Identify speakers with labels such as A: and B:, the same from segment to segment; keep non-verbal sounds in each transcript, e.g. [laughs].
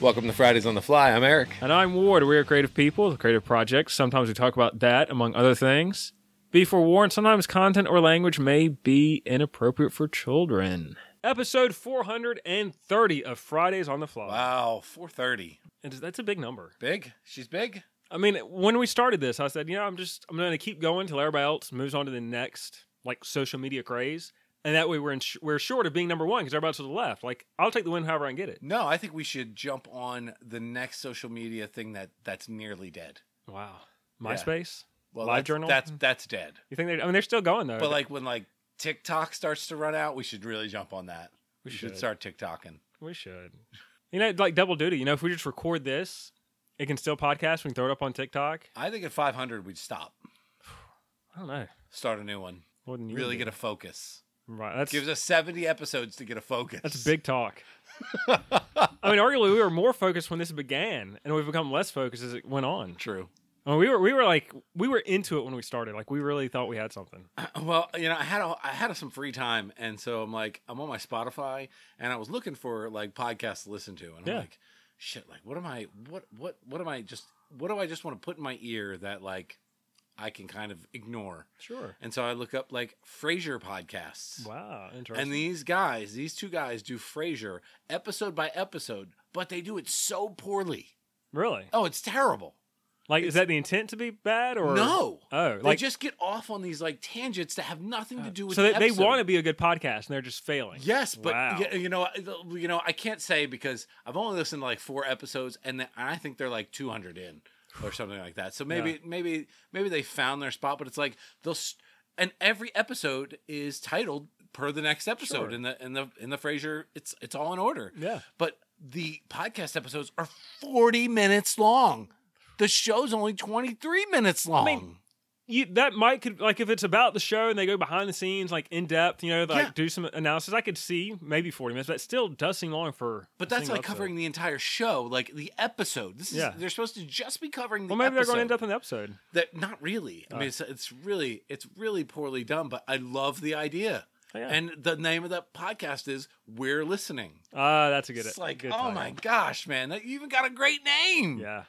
A: Welcome to Fridays on the Fly. I'm Eric.
B: And I'm Ward. We are creative people, with creative projects. Sometimes we talk about that, among other things. Be forewarned, sometimes content or language may be inappropriate for children. Episode 430 of Fridays on the Fly.
A: Wow, 4:30.
B: And that's a big number.
A: Big? She's big.
B: I mean, when we started this, I said, you know, I'm just, I'm going to keep going till everybody else moves on to the next, like, social media craze. And that way we're in sh- we're short of being number one because everybody's to the left. Like, I'll take the win however I can get it.
A: No, I think we should jump on the next social media thing that that's nearly dead.
B: Wow. MySpace?
A: Well,
B: Live
A: that's,
B: Journal?
A: That's that's dead.
B: You think they, I mean, they're still going though.
A: But like when like TikTok starts to run out, we should really jump on that.
B: We should.
A: start TikToking.
B: We should. You know, like double duty. You know, if we just record this, it can still podcast. We can throw it up on TikTok.
A: I think at 500 we'd stop,
B: I don't know.
A: start a new one,
B: More than you
A: really
B: do.
A: get a focus.
B: right. That's
A: Gives us 70 episodes to get a focus.
B: that's big
A: [laughs]
B: talk. I mean, arguably, we were more focused when this began, and we've become less focused as it went on.
A: True.
B: I mean, we were we were like we were into it when we started. Like we really thought we had something.
A: [clears throat] Well, you know, I had a, I had some free time, and so I'm like, I'm on my Spotify, and I was looking for like podcasts to listen to, and I'm
B: Yeah.
A: like, shit, like what am I, what what what am I just, what do I just want to put in my ear that like I can kind of ignore?
B: Sure.
A: And so I look up like Frasier podcasts,
B: Wow. Interesting.
A: and these guys, these two guys do Frasier episode by episode, but they do it so poorly.
B: really?
A: Oh, it's terrible.
B: Like, is that the intent to be bad or
A: no,
B: Oh,
A: they
B: like uh,
A: just get off on these like tangents that have nothing to do with.
B: so
A: the
B: they, they
A: episode.
B: want to be a good podcast and they're just failing.
A: Yes, but
B: Wow.
A: y- you know, I- you know, I can't say because I've only listened to like four episodes, and then I think they're like two hundred in or something like that. So maybe,
B: Yeah.
A: maybe, maybe they found their spot, but it's like they'll, s and every episode is titled per the next episode
B: Sure.
A: in the in the in the Frasier. It's it's all in order.
B: Yeah.
A: but the podcast episodes are forty minutes long. The show's only twenty three minutes long.
B: you, that might could like if it's about the show and they go behind the scenes like in depth, you know, like
A: Yeah.
B: do some analysis. I could see maybe forty minutes, but still does seem long for.
A: but
B: a
A: that's
B: single
A: like
B: episode.
A: covering the entire show, like the episode. This is
B: Yeah.
A: they're supposed to just be covering the
B: Well, maybe they're going
A: episode.
B: to end up in the episode.
A: that not really. I
B: Ah.
A: mean, it's, it's really it's really poorly done, but I love the idea.
B: Oh, yeah.
A: And the name of that podcast is "We're Listening."
B: Ah, that's a good.
A: It's like,
B: good
A: oh
B: title.
A: my gosh, man, that, you even got a great name.
B: Yeah,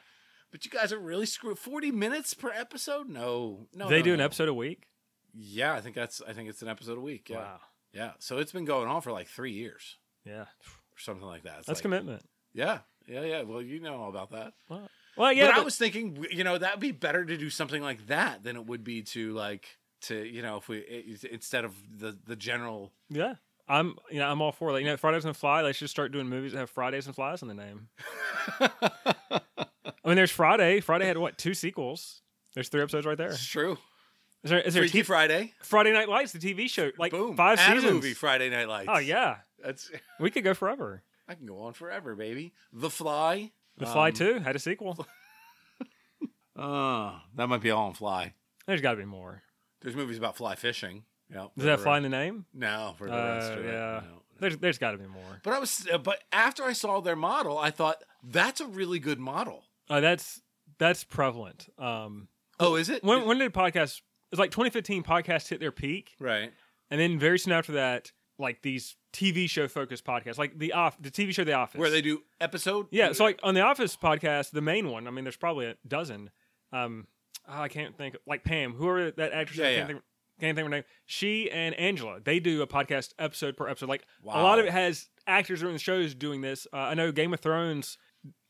A: But you guys are really screwed. Forty minutes per episode? No, no.
B: they
A: no,
B: do an
A: no.
B: episode a week.
A: Yeah, I think that's. I think it's an episode a week. Yeah,
B: Wow.
A: yeah. So it's been going on for like three years
B: Yeah,
A: or something like that. It's
B: that's
A: like-
B: commitment.
A: Yeah, yeah, yeah. Well, you know all about that.
B: Well, well, yeah,
A: but, I
B: but-
A: was thinking, w- you know, that would be better to do something like that than it would be to like to you know if we i- i- instead of the the general.
B: yeah. I'm, you know, I'm all for that. You know, Fridays and Fly. They should start doing movies that have Fridays and Flies in
A: [laughs]
B: the name. I mean, there's Friday. Friday had what two sequels? There's three episodes right there. Is
A: It's true.
B: there, is there
A: Freaky
B: t-
A: Friday,
B: Friday Night Lights, the TV show, like
A: boom,
B: five
A: and a
B: seasons?
A: movie Friday Night Lights.
B: Oh yeah,
A: that's
B: we could go forever.
A: I can go on forever, baby. The Fly.
B: The Fly
A: Um,
B: Two had a sequel.
A: [laughs] Uh, that might be all on Fly.
B: There's got to be more.
A: There's movies about fly fishing. Yeah,
B: Does that fly in the name?
A: No, for the
B: Uh,
A: rest of it,
B: yeah.
A: no.
B: There's there's got to be more.
A: But I was, uh, but after I saw their model, I thought that's a really good model.
B: Uh, that's that's prevalent. Um,
A: Oh, is it?
B: when when did podcasts? It's like 2015. Podcasts hit their peak,
A: right.
B: and then very soon after that, like these TV show focused podcasts, like the off the TV show The Office,
A: Where they do episode?
B: yeah. So like on The Office podcast, the main one. I mean, there's probably a dozen. Um, oh, I can't think. Like Pam, whoever that actress.
A: Yeah,
B: I
A: yeah.
B: can't, Think, can't think of her name. She and Angela, they do a podcast episode per episode. Like a lot of
A: Wow.
B: it has actors doing the shows doing this. Uh, I know Game of Thrones.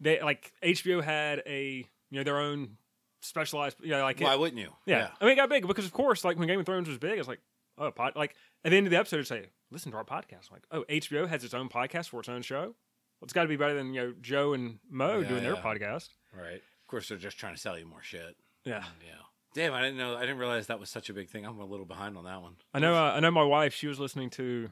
B: They like HBO had a you know their own specialized. You know, like it-
A: Why wouldn't you?
B: yeah. I mean, it got big because, of course, like when Game of Thrones was big, it's like, oh, pod, like at the end of the episode, it's like, listen to our podcast. I'm like, oh, HBO has its own podcast for its own show. Well, it's got to be better than you know Joe and Mo
A: Oh, Yeah,
B: doing their
A: yeah.
B: podcast.
A: Right. Of course, they're just trying to sell you more shit.
B: Yeah,
A: Yeah. Damn, I didn't know. I didn't realize that was such a big thing. I'm a little behind on that one.
B: I know. Uh, I know. My wife, she was listening to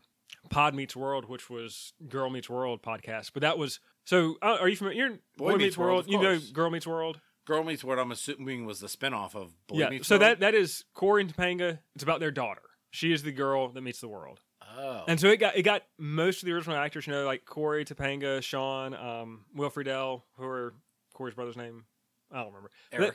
B: Pod Meets World, which was Girl Meets World podcast, but that was so. Uh, are you familiar? You're
A: Boy Meets World, of
B: you know,
A: course.
B: Girl Meets World.
A: Girl Meets World. I'm assuming was the spinoff of Boy
B: yeah.
A: Meets
B: so
A: World.
B: that that is Corey and Topanga. It's about their daughter. She is the girl that meets the world.
A: Oh.
B: And so it got it got most of the original actors, you know, like Corey Topanga, Sean, um, Will Friedle, who are Corey's brother's name. I don't remember. But-
A: Eric.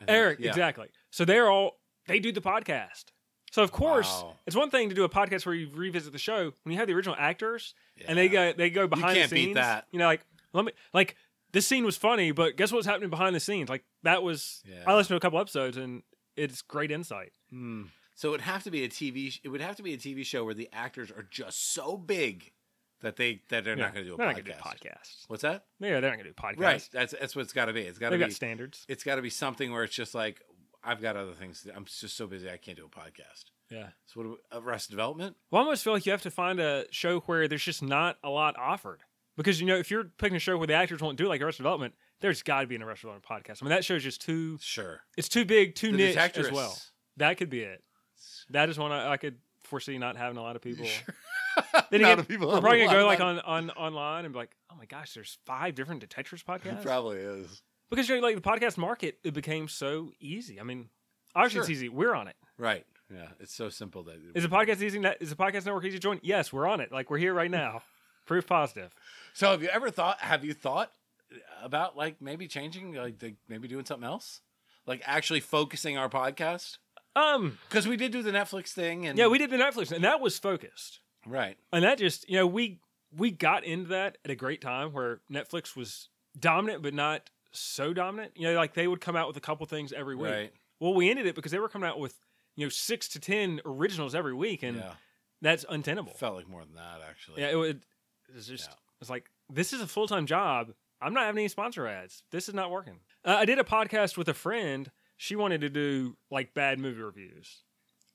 A: I think.
B: Eric,
A: Yeah.
B: exactly. So they're all they do the podcast. So of course,
A: Wow.
B: it's one thing to do a podcast where you revisit the show when you have the original actors
A: Yeah.
B: and they go they go behind
A: can't
B: the
A: beat
B: scenes.
A: that.
B: You know, like let me like this scene was funny, but guess what was happening behind the scenes? Like that was
A: Yeah.
B: I listened to a couple episodes and it's great insight.
A: Hmm. So it would have to be a TV. sh- It would have to be a TV show where the actors are just so big that they that they're
B: Yeah.
A: not going to do a
B: They're not
A: podcast.
B: gonna do podcasts.
A: What's that?
B: Yeah, they're not gonna do podcasts.
A: Right. That's that's what it's got to be. It's got to
B: They've
A: be.
B: got standards.
A: it's got to be something where it's just like I've got other things. To do. I'm just so busy I can't do a podcast.
B: Yeah.
A: So what? do we- Arrested Development.
B: Well, I almost feel like you have to find a show where there's just not a lot offered. Because you know, if you're picking a show where the actors won't do it, like Arrested Development, there's got to be an Arrested Development podcast. I mean, that show's just too
A: Sure.
B: it's too big, too
A: The
B: niche
A: Detectorists. [laughs]
B: as well. That could be it. That is one I, I could foresee not having a
A: [laughs]
B: lot of people. Then
A: Not
B: again,
A: a people
B: we're
A: have a
B: probably gonna
A: lot
B: go
A: of
B: like
A: [laughs] money.
B: on, on online and be like, oh my gosh, there's five different detectors
A: [laughs]
B: podcasts.
A: probably is.
B: Because you're like the podcast market, it became so easy. I mean, obviously it's
A: Sure.
B: easy. We're on it.
A: Right. Yeah. It's so simple that
B: Is the podcast easy? ne- Is the podcast network easy to join? Yes, we're on it. Like we're here
A: [laughs]
B: right now. Proof positive.
A: So have you ever thought? Have you thought about like maybe changing, like the, maybe doing something else, like actually focusing our podcast?
B: Um,
A: Because we did do the Netflix thing, and
B: yeah, we did the Netflix, and that was focused,
A: right,
B: and that just you know we we got into that at a great time where Netflix was dominant, but not so dominant. You know, like they would come out with a couple things every week.
A: right,
B: Well, we ended it because they were coming out with you know six to ten originals every week, and
A: yeah.
B: that's untenable.
A: Felt like more than that actually.
B: Yeah, it would. It's just
A: Yeah.
B: it's like this is a full time job. I'm not having any sponsor ads. This is not working. Uh, I did a podcast with a friend. She wanted to do like bad movie reviews,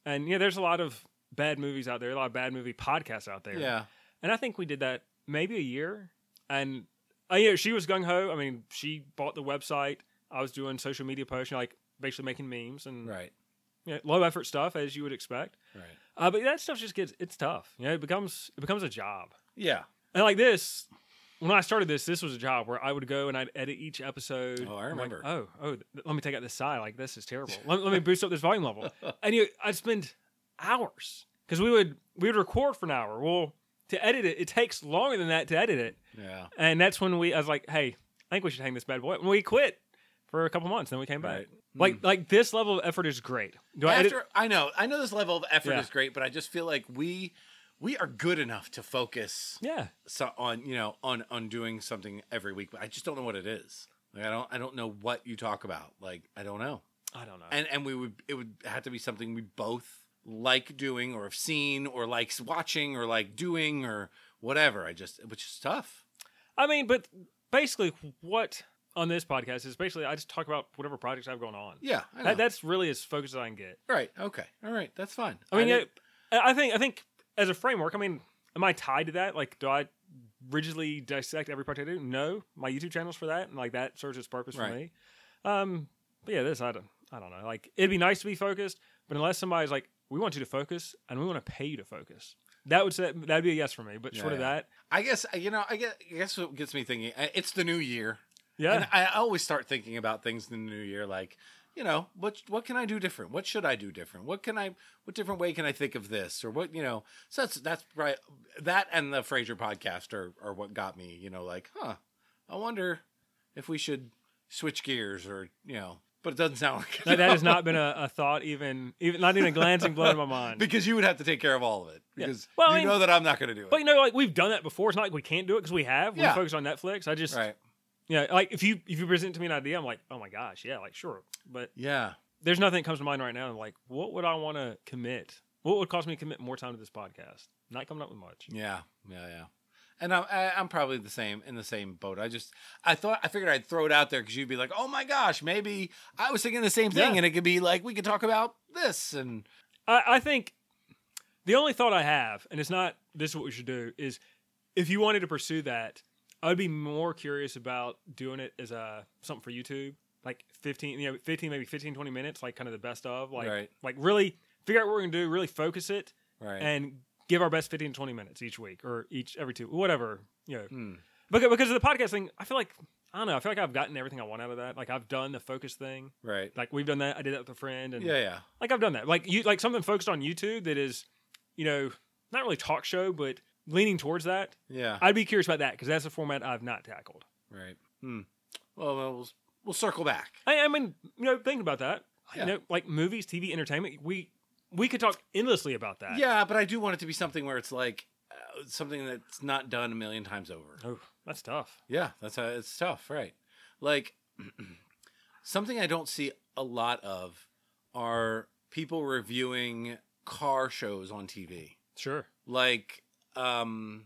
B: and yeah, there's a lot of bad movies out there. A lot of bad movie podcasts out there.
A: yeah,
B: and I think we did that maybe a year. And uh, yeah, she was gung ho. I mean, she bought the website. I was doing social media posts, you know, like basically making memes and
A: right,
B: you know, low effort stuff as you would expect.
A: right,
B: Uh, but that stuff just gets it's tough. You know, it becomes it becomes a job.
A: yeah. [laughs]
B: And like this, when I started this, this was a job where I would go and I'd edit each episode.
A: Oh, I
B: I'm like,
A: remember.
B: oh, oh, th- let me take out this side. Like this is
A: [laughs]
B: terrible. let, let me boost up this volume level. And you, I'd spend hours because we would we would record for an hour. Well, to edit it, it takes longer than that to edit it.
A: Yeah,
B: And that's when we, I was like, hey, I think we should hang this bad boy. up. And we quit for a couple months, then we came back.
A: Right. Hmm.
B: Like like this level of effort is great. Do I edit?
A: After I know, I know this level of effort
B: Yeah.
A: is great, but I just feel like we we are good enough to focus
B: Yeah.
A: so on you know on on doing something every week. But I just don't know what it is. Like I don't I don't know what you talk about. Like I don't know.
B: I don't know.
A: and and we would it would have to be something we both like doing or have seen or like watching or like doing or whatever i just which is tough
B: I mean, but basically, what on this podcast is basically I just talk about whatever projects I've gone on.
A: yeah I know.
B: That, that's really as focused as I can get.
A: right okay all right that's fine
B: I mean,
A: I
B: I,
A: didn't-
B: I think I think as a framework, I mean, am I tied to that? Like, do I rigidly dissect every project I do? No, my YouTube channel's for that, and like that serves its purpose for
A: Right.
B: me. Um, but yeah, this I don't, I don't know. Like, it'd be nice to be focused, but unless somebody's like, we want you to focus and we want to pay you to focus, that would say, that'd be a yes for me. But short of
A: Yeah,
B: that,
A: I guess you know i guess, I guess what gets me thinking I- it's the new year
B: yeah,
A: and i always start thinking about things in the new year like you know what what can i do different what should i do different what can i what different way can i think of this or what you know so that's that's right that and the fraser podcast are, are what got me you know like huh i wonder if we should switch gears or you know but it doesn't sound [laughs] like
B: That, that has not been a, a thought, even even not even a glancing blow to my mind.
A: because you would have to take care of all of it because
B: Well, I
A: you
B: mean-
A: know that i'm not going to do it
B: But you know, like we've done that before. It's not like we can't do it because we have. We
A: Yeah.
B: focus on Netflix. I just,
A: right
B: yeah, like if you if you present to me an idea, I'm like, oh my gosh, yeah, like sure. But
A: yeah
B: there's nothing that comes to mind right now. I'm like, what would I want to commit? What would cause me to commit more time to this podcast? Not coming up with much.
A: Yeah, yeah, yeah. And I'm I- I'm probably the same in the same boat. I just I thought I figured I'd throw it out there because you'd be like, oh my gosh, maybe I was thinking the same thing,
B: Yeah.
A: and it could be like we could talk about this and
B: I, I think the only thought I have, and it's not this is what we should do, is if you wanted to pursue that, I'd be more curious about doing it as a something for YouTube, like 15, you know, 15, maybe 15, 20 minutes, like kind of the best of, like,
A: Right.
B: like really figure out what we're going to do, really focus it
A: right.
B: and give our best 15, 20 minutes each week or each, every two, whatever, you know,
A: Hmm.
B: because, because of the podcast thing, I feel like, I don't know, I feel like I've gotten everything I want out of that. Like I've done the focus thing.
A: right.
B: Like we've done that. I did that with a friend and
A: Yeah, yeah.
B: like I've done that. Like you like something focused on YouTube that is, you know, not really talk show, but leaning towards that.
A: Yeah.
B: I'd be curious about that because that's a format I've not tackled.
A: right. Hmm. Well, well, we'll we'll circle back.
B: I, I mean, you know, thinking about that,
A: Yeah.
B: you know, like movies, TV, entertainment, we we could talk endlessly about that.
A: Yeah, but I do want it to be something where it's like uh, something that's not done a million times over.
B: Oh, That's tough.
A: Yeah, that's how it's tough, right? Like [clears throat] something I don't see a lot of are people reviewing car shows on TV.
B: Sure.
A: Like um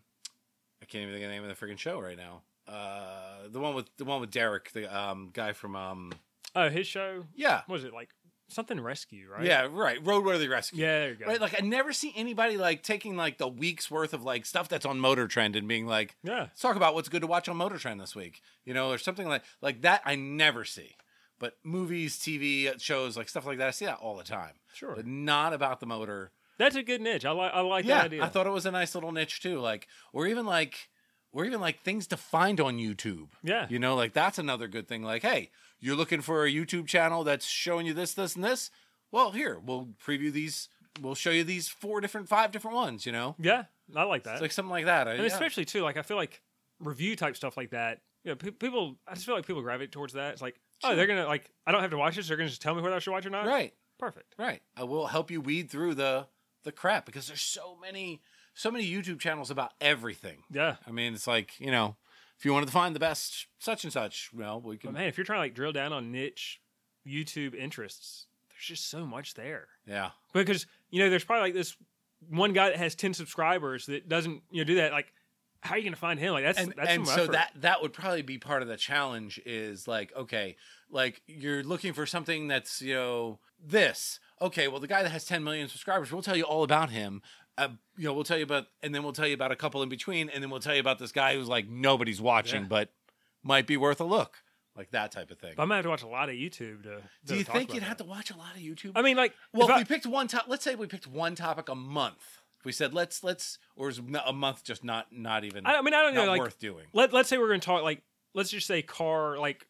A: I can't even think of the name of the freaking show right now. Uh the one with the one with Derek, the um guy from um
B: Oh, his show
A: yeah.
B: what was it like something rescue, right?
A: Yeah, right. Roadworthy Rescue.
B: Yeah. There you go.
A: Right, like I never see anybody like taking like the week's worth of like stuff that's on Motor Trend and being like,
B: yeah.
A: let's talk about what's good to watch on Motor Trend this week, you know, or something like like that. I never see, but movies, TV shows, like stuff like that, I see that all the time.
B: Sure.
A: but not about the motor.
B: That's a good niche. I like. I like
A: yeah,
B: that idea.
A: I thought it was a nice little niche too, like or even like or even like things to find on YouTube.
B: Yeah.
A: You know, like that's another good thing. Like, hey, you're looking for a YouTube channel that's showing you this, this, and this. Well, here we'll preview these. We'll show you these four different, five different ones. You know,
B: yeah. I like that.
A: it's like something like that. I,
B: and
A: yeah.
B: especially too, like I feel like review type stuff like that. You know, pe- people. I just feel like people gravitate towards that. It's like, oh, they're gonna like. I don't have to watch this. They're gonna just tell me whether I should watch it or not.
A: right.
B: Perfect.
A: Right. I will help you weed through the the crap because there's so many so many YouTube channels about everything.
B: Yeah.
A: I mean, it's like, you know, if you wanted to find the best such and such, well, we
B: But
A: can
B: man, if you're trying to like drill down on niche YouTube interests, there's just so much there.
A: Yeah.
B: Because you know, there's probably like this one guy that has ten subscribers that doesn't you know do that. Like, how are you gonna find him? Like that's
A: And
B: that's
A: and
B: some
A: so
B: effort.
A: that that would probably be part of the challenge is like, okay, like you're looking for something that's, you know, this. Okay, well the guy that has 10 million subscribers, we'll tell you all about him. Uh, you know, we'll tell you about and then we'll tell you about a couple in between and then we'll tell you about this guy who's like nobody's watching
B: Yeah.
A: but might be worth a look. Like that type of thing.
B: But I'm gonna have to watch a lot of YouTube to.
A: Do you think you'd have to watch a lot of YouTube?
B: I mean, like,
A: well, if
B: if I-
A: we picked one top, let's say we picked one topic a month. If we said let's let's, or is no- a month just not not even
B: I, I mean, I don't know.
A: not
B: Like,
A: worth doing?
B: let let's say we're gonna talk like let's just say car like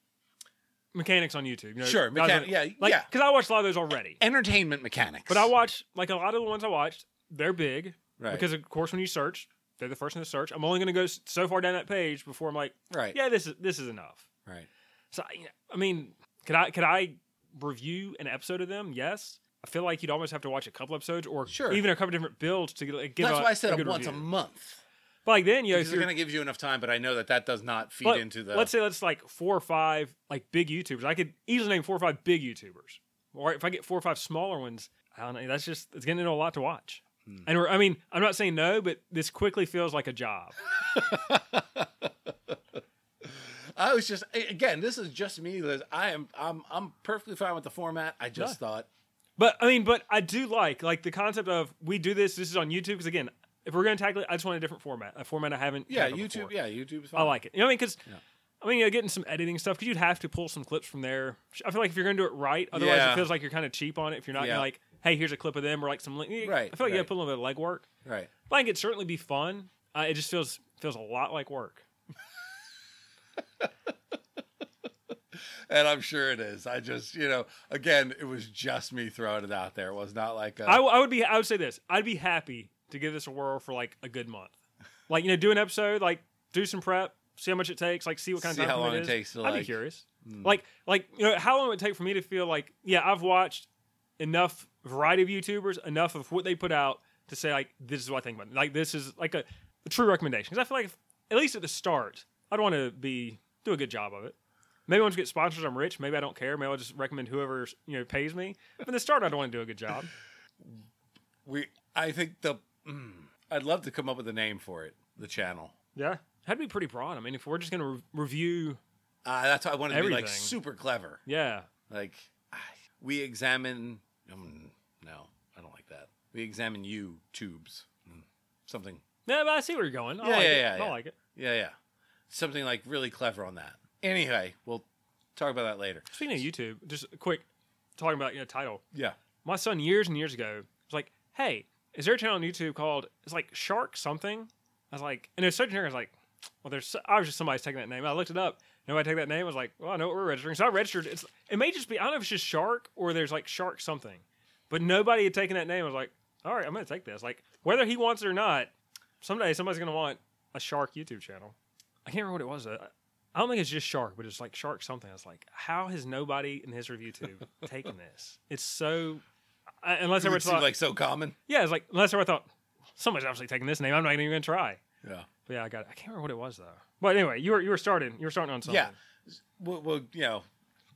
B: mechanics on YouTube. You know,
A: Sure,
B: guys
A: mechanic-
B: on-
A: yeah,
B: like,
A: yeah.
B: Because I watched a lot of those already.
A: Entertainment mechanics,
B: But I watch like a lot of the ones I watched. They're big
A: right
B: because of course when you search, they're the first one to search. I'm only gonna go s- so far down that page before I'm like,
A: right
B: yeah, this is this is enough.
A: right
B: So I- you know, I mean, could I could I review an episode of them? Yes. I feel like you'd almost have to watch a couple episodes or
A: Sure.
B: even a couple different builds to get like, give
A: That's
B: a-
A: why I said
B: a
A: a
B: good
A: once a
B: review.
A: month.
B: But like then, you know, if
A: Because they're
B: you're
A: going to give you enough time, but I know that that does not feed
B: Let-
A: into the.
B: Let's say that's like four or five like big YouTubers. I could easily name four or five big YouTubers. Or if I get four or five smaller ones, I don't know. That's just it's getting into a lot to watch.
A: Hmm.
B: And we're, I mean, I'm not saying no, but this quickly feels like a job.
A: I was just a- again, this is just me. Liz. I am I'm I'm perfectly fine with the format. I just thought
B: But I mean, but I do like like the concept of we do this. This is on YouTube because again, if we're going to tackle it, I just want a different format, a format I haven't.
A: yeah,
B: tackled
A: YouTube, yeah,
B: before.
A: YouTube's fine.
B: I like it. You know what I mean? Because
A: Yeah.
B: I mean, you know, getting some editing stuff because you'd have to pull some clips from there. I feel like if you're going to do it right, otherwise
A: Yeah.
B: it feels like you're kind of cheap on it. If you're not
A: Yeah.
B: gonna, like, hey, here's a clip of them or like some. Right. I feel like you got
A: right.
B: to put a little bit of legwork.
A: right.
B: Like it'd certainly be fun. Uh, it just feels feels a lot like work.
A: And I'm sure it is. I just, you know, again, it was just me throwing it out there. It was not like a,
B: I, w- I would be. I would say this. I'd be happy to give this a whirl for like a good month. Like you know, do an episode. Like do some prep. See how much it takes. Like see what kind
A: See
B: of time
A: how long
B: it
A: it
B: is.
A: takes to,
B: I'd
A: like- hmm.
B: be curious. Like like you know how long it would take for me to feel like yeah I've watched enough variety of YouTubers enough of what they put out to say like this is what I think about it. like this is like a, a true recommendation because I feel like if, at least at the start I'd want to be do a good job of it. Maybe once I get sponsors, I'm rich. Maybe I don't care. Maybe I'll just recommend whoever you know pays me. But in the start, I'd want to do a good job.
A: we I think the mm, I'd love to come up with a name for it, the channel.
B: Yeah, that'd be pretty broad. I mean, if we're just gonna re- review,
A: Uh, that's why I wanted to be like
B: Everything.
A: super clever.
B: yeah,
A: Like I- we examine um, no, I don't like that. We examine you tubes. Mm, something.
B: yeah, but I see where you're going. I
A: Yeah,
B: like
A: yeah,
B: it.
A: yeah,
B: I
A: yeah.
B: like it.
A: Yeah, yeah. Something like really clever on that. Anyway, we'll talk about that later.
B: Speaking of YouTube, just a quick talking about you know title.
A: Yeah.
B: My son years and years ago was like, "Hey, is there a channel on YouTube called it's like Shark something?" I was like, and it was so generic. I was like, "Well, there's so- obviously somebody's taking that name." I looked it up. Nobody take that name. I was like, "Well, I know what we're registering." So I registered. It's it may just be I don't know if it's just Shark or there's like Shark something, but nobody had taken that name. I was like, "All right, I'm gonna take this." Like whether he wants it or not, someday somebody's gonna want a Shark YouTube channel. I can't remember what it was. though. I don't think it's just shark, but it's like shark something. I was like, how has nobody in his
A: [laughs]
B: review tube taken this? It's so I, unless
A: It
B: everyone
A: would seem
B: thought,
A: like so common.
B: yeah, it's like unless everyone thought somebody's obviously taking this name. I'm not even going to try.
A: Yeah.
B: But yeah, I got it. I can't remember what it was though. But anyway, you were you were starting. You were starting on something.
A: Yeah. Well, well, you know,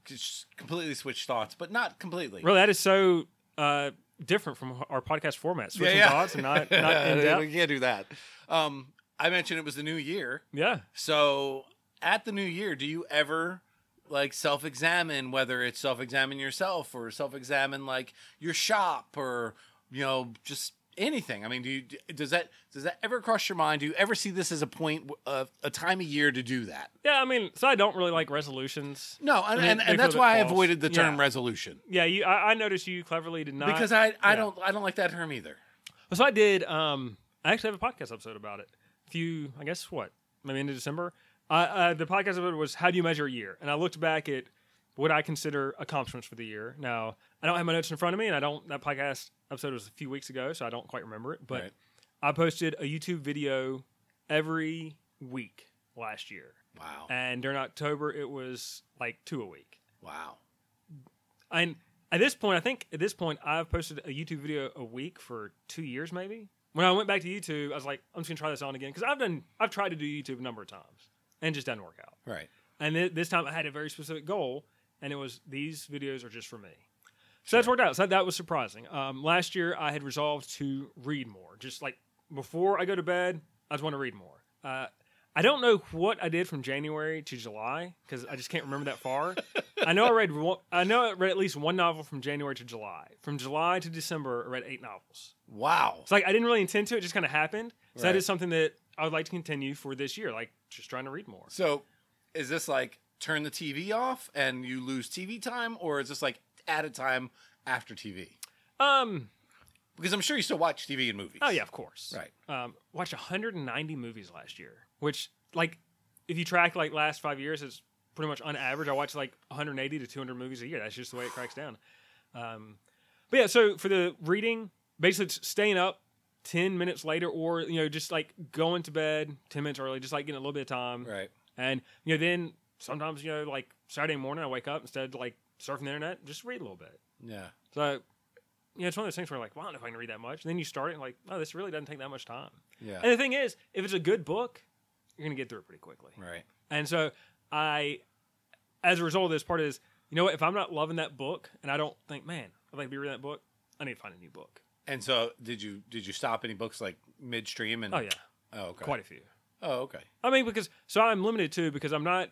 A: just completely switch thoughts, but not completely.
B: Really, that is so uh, different from our podcast format. Switching
A: yeah.
B: thoughts and not,
A: [laughs]
B: not in depth.
A: we can't do that. Um, I mentioned it was the new year.
B: Yeah.
A: So at the new year, do you ever like self-examine whether it's self-examine yourself or self-examine like your shop or you know just anything? I mean, do you does that does that ever cross your mind? Do you ever see this as a point of a time of year to do that?
B: Yeah, I mean, so I don't really like resolutions.
A: No, and,
B: They-
A: and,
B: they
A: and that's
B: feel
A: why I
B: that false.
A: avoided the term
B: Yeah.
A: resolution
B: Yeah, you. I, I noticed you cleverly did not
A: because I I
B: yeah.
A: don't I don't like that term either.
B: So I did. Um, I actually have a podcast episode about it. A few, I guess, what maybe into December. Uh, uh, the podcast episode was how do you measure a year, and I looked back at what I consider accomplishments for the year. Now I don't have my notes in front of me, and I don't. That podcast episode was a few weeks ago, so I don't quite remember it. But
A: Right.
B: I posted a YouTube video every week last year,
A: Wow,
B: and during October it was like two a week.
A: wow,
B: And at this point, I think at this point, I've posted a YouTube video a week for two years, maybe. When I went back to YouTube, I was like, I'm just gonna try this on again because I've done, I've tried to do YouTube a number of times and it just doesn't work out.
A: right.
B: And th- this time, I had a very specific goal, and it was these videos are just for me. So that's worked out. So that was surprising. Um, last year, I had resolved to read more. Just like before I go to bed, I just want to read more. Uh, I don't know what I did from January to July because I just can't remember that far. I know I read. One, I know I read at least one novel from January to July. From July to December, I read eight novels.
A: Wow.
B: It's like I didn't really intend to. It just kind of happened. So that
A: Right.
B: is something that I would like to continue for this year. Like just trying to read more.
A: So, is this like turn the TV off and you lose TV time, or is this like added time after TV?
B: Um.
A: Because I'm sure you still watch TV and movies.
B: Oh yeah, of course.
A: Right.
B: Um, watched 190 movies last year, which like if you track like last five years, it's pretty much on average. I watch like 180 to 200 movies a year. That's just the way it cracks down. Um, but yeah, so for the reading, basically it's staying up 10 minutes later, or you know just like going to bed 10 minutes early, just like getting a little bit of time.
A: Right.
B: And you know then sometimes you know like Saturday morning I wake up instead of like surfing the internet, just read a little bit.
A: Yeah.
B: So, you know, it's one of those things where like, well, I don't know if I can read that much. And then you start it and like, oh, this really doesn't take that much time.
A: Yeah.
B: And the thing is, if it's a good book, you're gonna get through it pretty quickly.
A: right.
B: And so I, as a result of this part is, you know what, if I'm not loving that book and I don't think, man, I'd like to be reading that book, I need to find a new book.
A: And so, did you did you stop any books like midstream? And
B: Oh yeah,
A: Oh okay.
B: quite a few.
A: Oh okay.
B: I mean, because so I'm limited too because I'm not,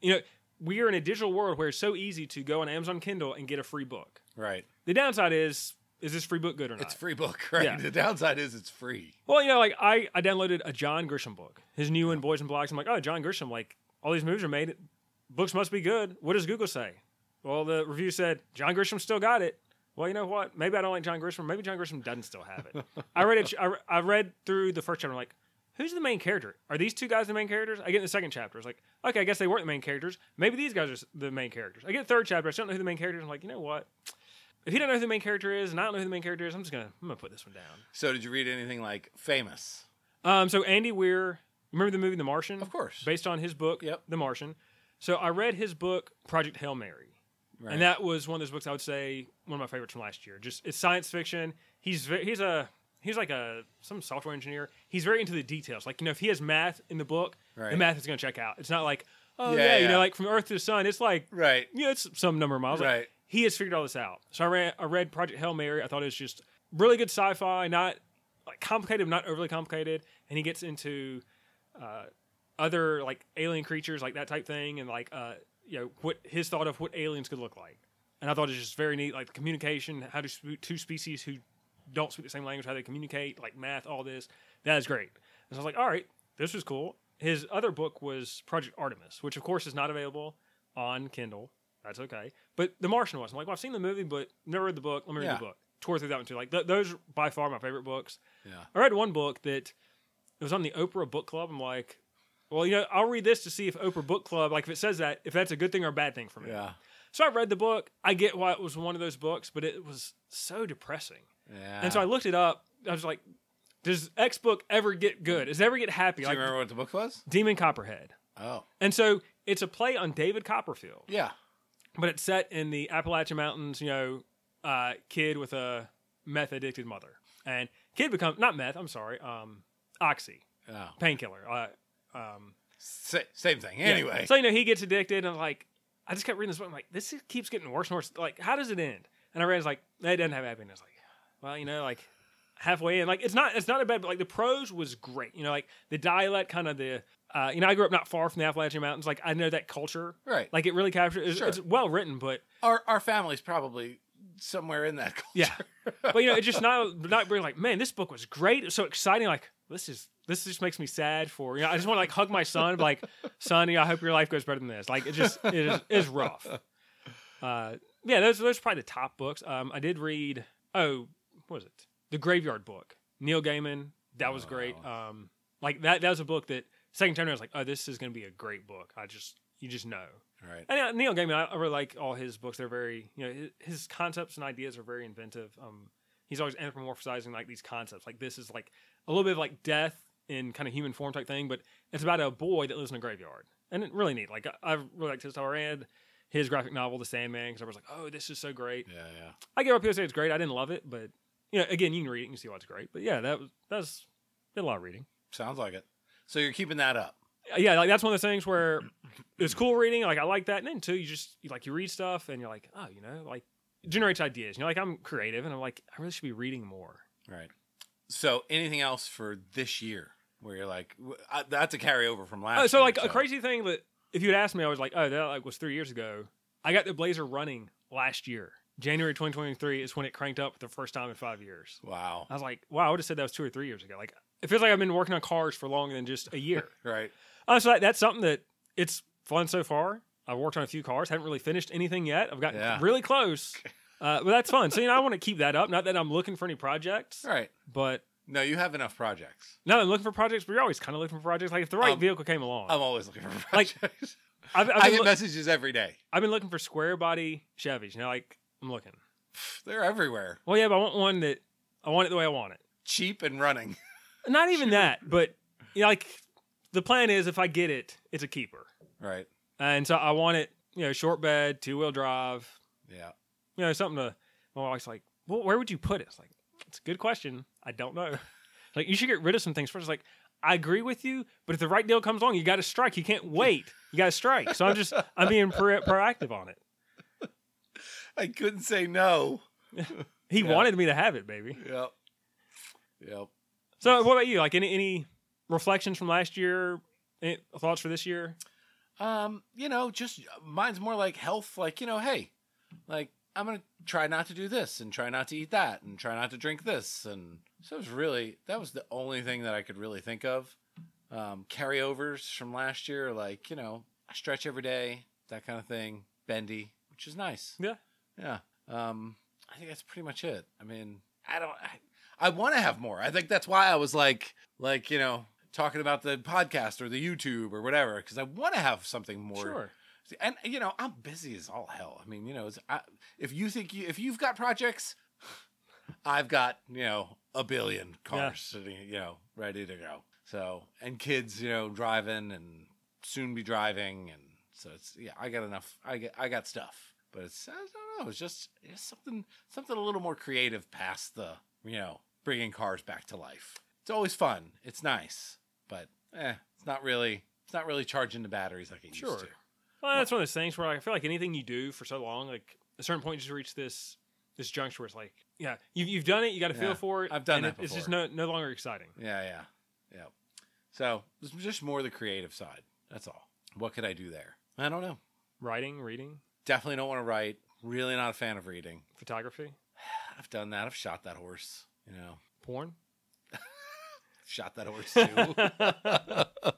B: you know, we are in a digital world where it's so easy to go on Amazon Kindle and get a free book.
A: Right.
B: The downside is, is this free book good or not?
A: It's a free book. [laughs] Right.
B: Uh, Yeah.
A: The downside is it's free.
B: Well, you know, like I, I downloaded a John Grisham book, his new one, Boys and Blacks. I'm like, oh, John Grisham, like all these movies are made, books must be good. What does Google say? Well, the review said John Grisham still got it. Well, you know what? Maybe I don't like John Grisham. Maybe John Grisham doesn't still have it. I read it. I, re- I read through the first chapter. I'm like, who's the main character? Are these two guys the main characters? I get in the second chapter. It's like, okay, I guess they weren't the main characters. Maybe these guys are s- the main characters. I get the third chapter. I still don't know who the main character is. I'm like, you know what? If he don't know who the main character is, and I don't know who the main character is, I'm just gonna I'm gonna put this one down.
A: So, did you read anything like famous?
B: Um, so Andy Weir, remember the movie The Martian?
A: Of course.
B: Based on his book,
A: Yep.
B: The Martian. So I read his book, Project Hail Mary.
A: Right.
B: And that was one of those books I would say one of my favorites from last year. Just it's science fiction. He's ve- he's a he's like a some software engineer. He's very into the details. Like you know, if he has math in the book, the
A: Right.
B: math is going to check out. It's not like oh yeah,
A: Yeah,
B: you
A: yeah.
B: know, like from Earth to the Sun. It's like
A: Right.
B: you know, it's some number of miles. Like,
A: Right.
B: he has figured all this out. So I read, I read Project Hail Mary. I thought it was just really good sci-fi, not like complicated, but not overly complicated. And he gets into uh, other like alien creatures, like that type thing, and like uh, you know what his thought of what aliens could look like. And I thought it was just very neat, like the communication, how do sp- two species who don't speak the same language, how they communicate, like math, all this. That is great. And so I was like, all right, this was cool. His other book was Project Artemis, which of course is not available on Kindle. That's okay. But The Martian was. I'm like, well, I've seen the movie, but never read the book. Let me read
A: Yeah.
B: the book. Tore through that one too. Like th- those are by far my favorite books.
A: Yeah.
B: I read one book that it was on the Oprah Book Club. I'm like, well, you know, I'll read this to see if Oprah Book Club, like if it says that, if that's a good thing or a bad thing for me.
A: Yeah.
B: So I read the book. I get why it was one of those books, but it was so depressing.
A: Yeah.
B: And so I looked it up. I was like, does X book ever get good? Does it ever get
A: do
B: happy?
A: you
B: Like
A: remember what the book was?
B: Demon Copperhead.
A: Oh.
B: And so it's a play on David Copperfield,
A: Yeah.
B: but it's set in the Appalachian Mountains, you know, uh, kid with a meth addicted mother. And kid becomes, not meth, I'm sorry, um, Oxy.
A: Oh.
B: painkiller. Uh, um,
A: Sa- same thing.
B: yeah.
A: Anyway.
B: so you know he gets addicted, and like I just kept reading this book. I'm like, this is- keeps getting worse and worse. Like, how does it end? And I read it's like it doesn't have happiness. Like, well, you know, like halfway in, like it's not it's not a bad, but like the prose was great. You know, like the dialect, kind of the. Uh, you know, I grew up not far from the Appalachian Mountains. Like, I know that culture.
A: Right.
B: Like, it really captures. It's,
A: Sure.
B: it's well written, but
A: our our family's probably somewhere in that [laughs] culture.
B: Yeah. but you know, it just not not really like, man, this book was great. It was so exciting. Like this is this just makes me sad for you know. I just want to like hug my son, but like, Sonny, I hope your life goes better than this. Like it just it is, is rough. Uh, yeah, those those are probably the top books. Um, I did read oh what was it the Graveyard Book Neil Gaiman that was
A: Oh,
B: great.
A: that
B: Um, like that that was a book that second time I was like, oh, this is gonna be a great book. I just you just know.
A: Right.
B: And uh, Neil Gaiman, I- I really like all his books. They're very, you know, his, his concepts and ideas are very inventive. Um, he's always anthropomorphizing like these concepts. Like this is like a little bit of like death in kind of human form type thing, but it's about a boy that lives in a graveyard, and it really neat. Like I, I really liked his. I read his graphic novel, The Sandman, because I was like, oh, this is so great.
A: Yeah, yeah.
B: I gave up people say it's great. I didn't love it, but you know, again, you can read it, you can see why it's great. But yeah, that was that's did a lot of reading.
A: Sounds like it. So you're keeping that up.
B: yeah, like that's one of those things where it's cool reading. Like I like that, and then too, you just you, like you read stuff and you're like, oh, you know, like it generates ideas. You know, like I'm creative, and I'm like, I really should be reading more.
A: Right. So anything else for this year where you're like w- I- that's a carryover from last
B: Oh, so
A: year,
B: like a crazy thing that if you'd asked me, I was like, oh, that like was three years ago. I got the Blazer running last year, January 2023 is when it cranked up for the first time in five years.
A: Wow.
B: I was like, wow, I would have said that was two or three years ago. Like it feels like I've been working on cars for longer than just a year.
A: Right.
B: Uh, so that, that's something that it's fun so far. I've worked on a few cars, haven't really finished anything yet. I've gotten
A: Yeah. [laughs]
B: really close, uh, but that's fun. So you know, I want to keep that up. Not that I'm looking for any projects,
A: Right.
B: but
A: No, you have enough projects.
B: now that I'm looking for projects, but you're always kind of looking for projects. Like if the right
A: Um,
B: vehicle came along,
A: I'm always looking for
B: Like,
A: projects. Like, [laughs]
B: I've, I've,
A: I
B: been
A: get
B: loo-
A: messages every day.
B: I've been looking for square body Chevys. You know, like I'm looking.
A: They're everywhere.
B: Well, yeah, but I want one that I want it the way I want it.
A: Cheap and running. [laughs]
B: Not even that, but you know, like the plan is if I get it, it's a keeper,
A: Right.
B: and so I want it. You know, short bed, two wheel drive,
A: Yeah.
B: you know, something to my wife's like, well, where would you put it? It's like, it's a good question. I don't know. [laughs] Like, you should get rid of some things first. It's Like, I agree with you, but if the right deal comes along, you got to strike. You can't wait. You got to strike. So I'm just, I'm being pro- proactive on it.
A: I couldn't say no.
B: He
A: Yeah.
B: wanted me to have it, baby.
A: Yep. Yep.
B: So what about you? Like, any any reflections from last year? Any thoughts for this year?
A: Um, you know, just mine's more like health, like, you know, hey, like I'm gonna try not to do this and try not to eat that and try not to drink this and so it was really that was the only thing that I could really think of. Um, carryovers from last year, like, you know, I stretch every day, that kind of thing, bendy, which is nice.
B: Yeah.
A: Yeah. Um, I think that's pretty much it. I mean, I don't I, I wanna have more. I think that's why I was like like, you know, talking about the podcast or the YouTube or whatever, because I wanna have something more
B: Sure.
A: and you know, I'm busy as all hell. I mean, you know, it's, I, if you think you if you've got projects, I've got you know a billion cars sitting, you know, ready to go. So and kids, you know, driving and soon be driving, and so it's yeah, I got enough. I get I got stuff, but it's I don't know. It's just it's something something a little more creative past the you know bringing cars back to life. It's always fun. It's nice, but eh, it's not really it's not really charging the batteries like it
B: Sure.
A: used to.
B: Well, that's one of those things where like, I feel like anything you do for so long, like a certain point, you just reach this this juncture where it's like, yeah, you, you've done it. You got to
A: Yeah,
B: feel for it.
A: I've done
B: and
A: that
B: it- It's just
A: before.
B: no no longer exciting.
A: Yeah, yeah, yeah. So it's just more the creative side. That's all. What could I do there? I don't know.
B: Writing, reading,
A: Definitely don't want to write. Really not a fan of reading. [sighs]
B: photography,
A: I've done that. I've shot that horse. You know,
B: porn. [laughs]
A: shot that horse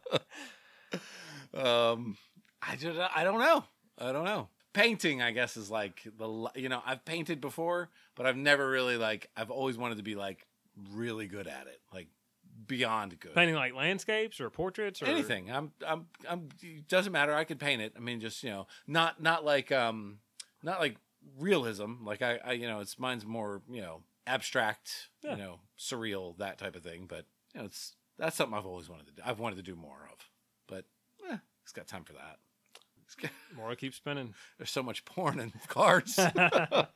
A: too. um, I just I don't know. I don't know. Painting, I guess, is like the l- you know I've painted before, but I've never really like I've always wanted to be like really good at it, like beyond good.
B: Painting like landscapes or portraits or
A: anything. I'm I'm I'm doesn't matter. I could paint it. I mean, just you know, not not like um, not like realism. Like I, I you know, it's mine's more you know abstract,
B: Yeah.
A: you know, surreal that type of thing. But you know, it's that's something I've always wanted to do. I've wanted to do more of. But eh, it's got time for that. It's got- [laughs]
B: More keep spinning. [laughs]
A: there's so much porn and [laughs] cards.
B: yeah,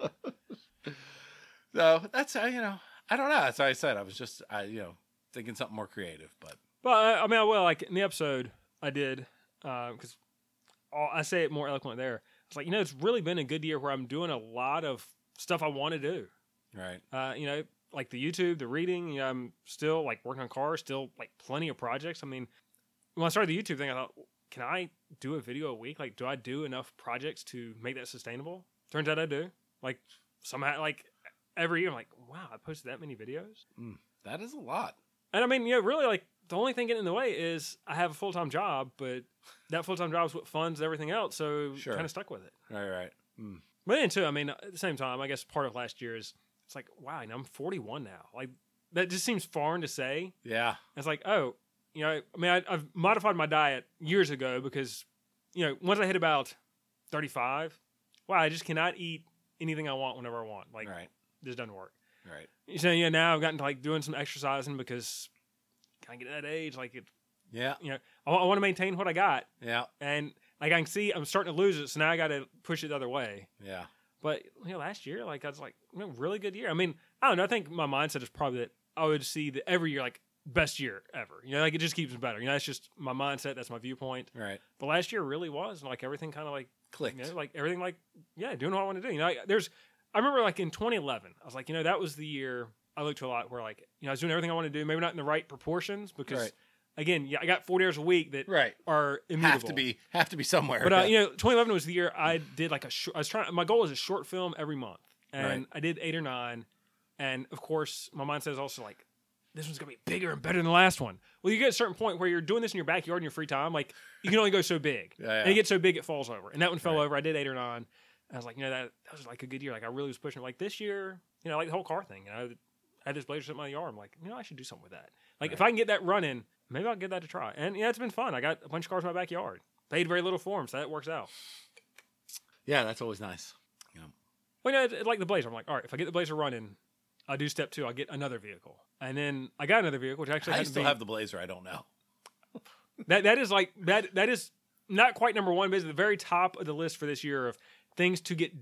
A: so that's how you know. I don't know. That's why I said I was just I you know thinking something more creative, but
B: But I, I mean, I will. Like in the episode, I did because I say it more eloquent there. It's like you know, it's really been a good year where I'm doing a lot of stuff I want to do.
A: Right.
B: Uh, you know, like the YouTube, the reading. You know, I'm still like working on cars, still like plenty of projects. I mean, when I started the YouTube thing, I thought, can I do a video a week? Like, do I do enough projects to make that sustainable? Turns out I do. Like somehow, like every year, I'm like, wow, I posted that many videos.
A: That is a lot.
B: And I mean, you know, really, like the only thing getting in the way is I have a full time job, but that full time job is what funds everything else. So
A: Sure.
B: kind of stuck with it.
A: Right. Right. Mm.
B: But then too, I mean, at the same time, I guess part of last year is it's like, wow, you know, I'm 41 now. Like that just seems foreign to say.
A: Yeah.
B: It's like, oh, you know, I mean, I, I've modified my diet years ago because, you know, once I hit about 35, wow, I just cannot eat anything I want whenever I want. Like
A: right.
B: this doesn't work.
A: Right.
B: So yeah, now I've gotten to like doing some exercising because kind of get to that age. Like it,
A: Yeah.
B: you know, I, want to maintain what I got,
A: Yeah.
B: and like I can see I'm starting to lose it. So now I got to push it the other way.
A: Yeah.
B: But you know, last year, like I was like, you know, really good year. I mean, I don't know. I think my mindset is probably that I would see that every year, like best year ever. You know, like it just keeps better. You know, that's just my mindset. That's my viewpoint.
A: Right.
B: But last year really was like everything kind of like,
A: Clicked.
B: you know, like everything like yeah, doing what I want to do. You know, like, there's I remember like in 2011, I was like, you know, that was the year I looked to a lot where like you know I was doing everything I want to do, maybe not in the right proportions because
A: Right.
B: again, yeah, I got 40 hours a week that
A: Right.
B: are immutable.
A: Have to be. Have to be somewhere.
B: But uh,
A: Yeah.
B: you know, 2011 was the year I did like a short. I was trying. My goal was a short film every month, and
A: Right.
B: I did eight or nine. And of course, my mindset is also like, this one's gonna be bigger and better than the last one. Well, you get a certain point where you're doing this in your backyard in your free time. Like you can only go so big,
A: Yeah, yeah.
B: and it gets so big it falls over. And that one fell
A: Right.
B: over. I did eight or nine. I was like, you know, that that was like a good year. Like I really was pushing. it. Like this year, you know, like the whole car thing. You know, I had this blazer in my yard. I'm like, you know, I should do something with that. Like if I can get that running, maybe I'll give that a try. And yeah, it's been fun. I got a bunch of cars in my backyard. Paid very little for them, so that works out.
A: yeah. That's always nice. Yeah.
B: Well, you know, it- it- like the blazer. I'm like, all right, if I get the blazer running, I do step two. I get another vehicle, and then I got another vehicle, which actually
A: I
B: hadn't
A: still
B: been-
A: have the blazer. I don't know.
B: that. That is like that. That is not quite number one, but it's at the very top of the list for this year of things to get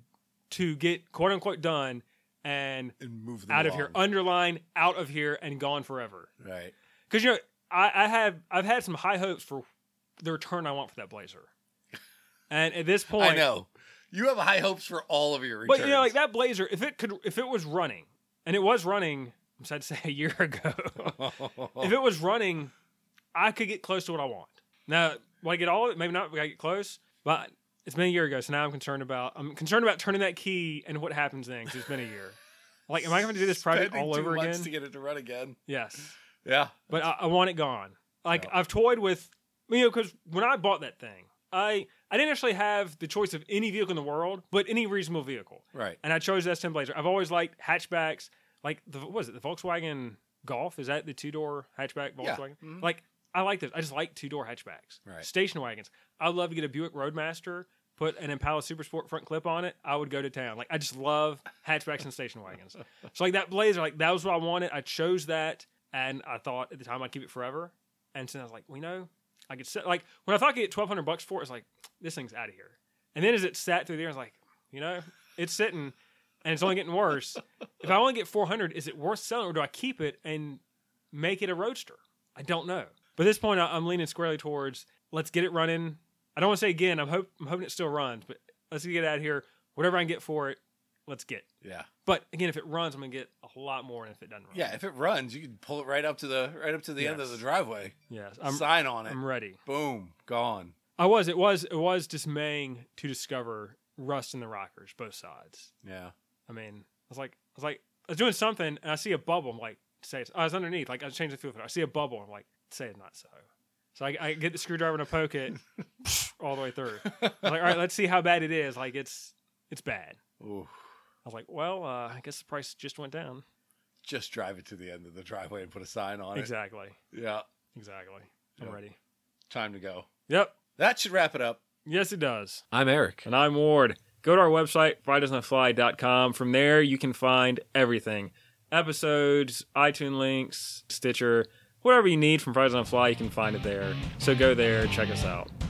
B: to get quote unquote done and
A: And move them
B: out of here,
A: along.
B: underline out of here, and gone forever.
A: right.
B: Because you know, I, I have I've had some high hopes for the return I want for
A: [laughs]
B: that blazer, and at this point,
A: I know. You have high hopes for all of your returns.
B: Oh, But you know, like that blazer, if it could, if it was running, and it was running, I'm sad to say, a year [laughs] ago. if it was running, I could get close to what I want. Now, will I get all of it? Maybe not. But I get close, but it's been a year ago, so now I'm concerned about. I'm concerned about turning that key and what happens then, 'cause it's been a year. Like, am I going to do this project
A: Spending
B: all
A: two
B: over
A: months
B: again?
A: to get it to run again?
B: yes
A: Yeah.
B: but uh, I, I want it gone. Like
A: Yeah.
B: I've toyed with, you know, because when I bought that thing, I I didn't actually have the choice of any vehicle in the world, but any reasonable vehicle,
A: Right.
B: and I chose the S10 Blazer. I've always liked hatchbacks, like the what is it the Volkswagen Golf? Is that the two door hatchback
A: Yeah.
B: Volkswagen?
A: Mhm.
B: Like I like this. I just like two door hatchbacks,
A: Right.
B: Station wagons. I'd love to get a Buick Roadmaster. Put an Impala Supersport front clip on it, I would go to town. Like I just love hatchbacks and station wagons. So like that blazer, like that was what I wanted. I chose that, and I thought at the time I'd keep it forever. And so I was like, we know I could set like when I thought I could get twelve hundred bucks for it, it's like this thing's out of here. And then as it sat through there, I was like, you know, it's sitting, and it's only getting worse. if I only get four hundred, is it worth selling, or do I keep it and make it a roadster? I don't know. But at this point, I- I'm leaning squarely towards let's get it running. I don't want to say again. I'm hope I'm hoping it still runs, but let's get it out of here. Whatever I can get for it, let's get.
A: Yeah.
B: But again, if it runs, I'm gonna get a whole lot more than if it doesn't run.
A: Yeah. If it runs, you can pull it right up to the right up to the end of the
B: Yes.
A: driveway.
B: yes, I'm,
A: Sign on it.
B: I'm ready.
A: Boom. Gone.
B: I was. It was. It was dismaying to discover rust in the rockers, both sides.
A: [laughs] Yeah.
B: I mean, I was like, I was like, I was doing something, and I see a bubble. I'm like, say it's. I was underneath. Like I changed the fuel filter. I see a bubble. I'm like, say it's not so. So I, I get the screwdriver and I poke it all the way through. I was like, all right, let's see how bad it is. Like it's it's bad.
A: Ooh.
B: I was like, well, uh, I guess the price just went down.
A: Just drive it to the end of the driveway and put a sign on
B: Exactly.
A: it. Yeah.
B: Exactly. I'm
A: Yep.
B: ready.
A: Time to go.
B: Yep.
A: That should wrap it up.
B: Yes, it does.
A: I'm Eric.
B: And I'm Ward. Go to our website, FridayDoesNotFly.com. From there, you can find everything episodes, iTunes links, Stitcher, whatever you need from Fridays on the Fly, you can find it there. So go there, check us out.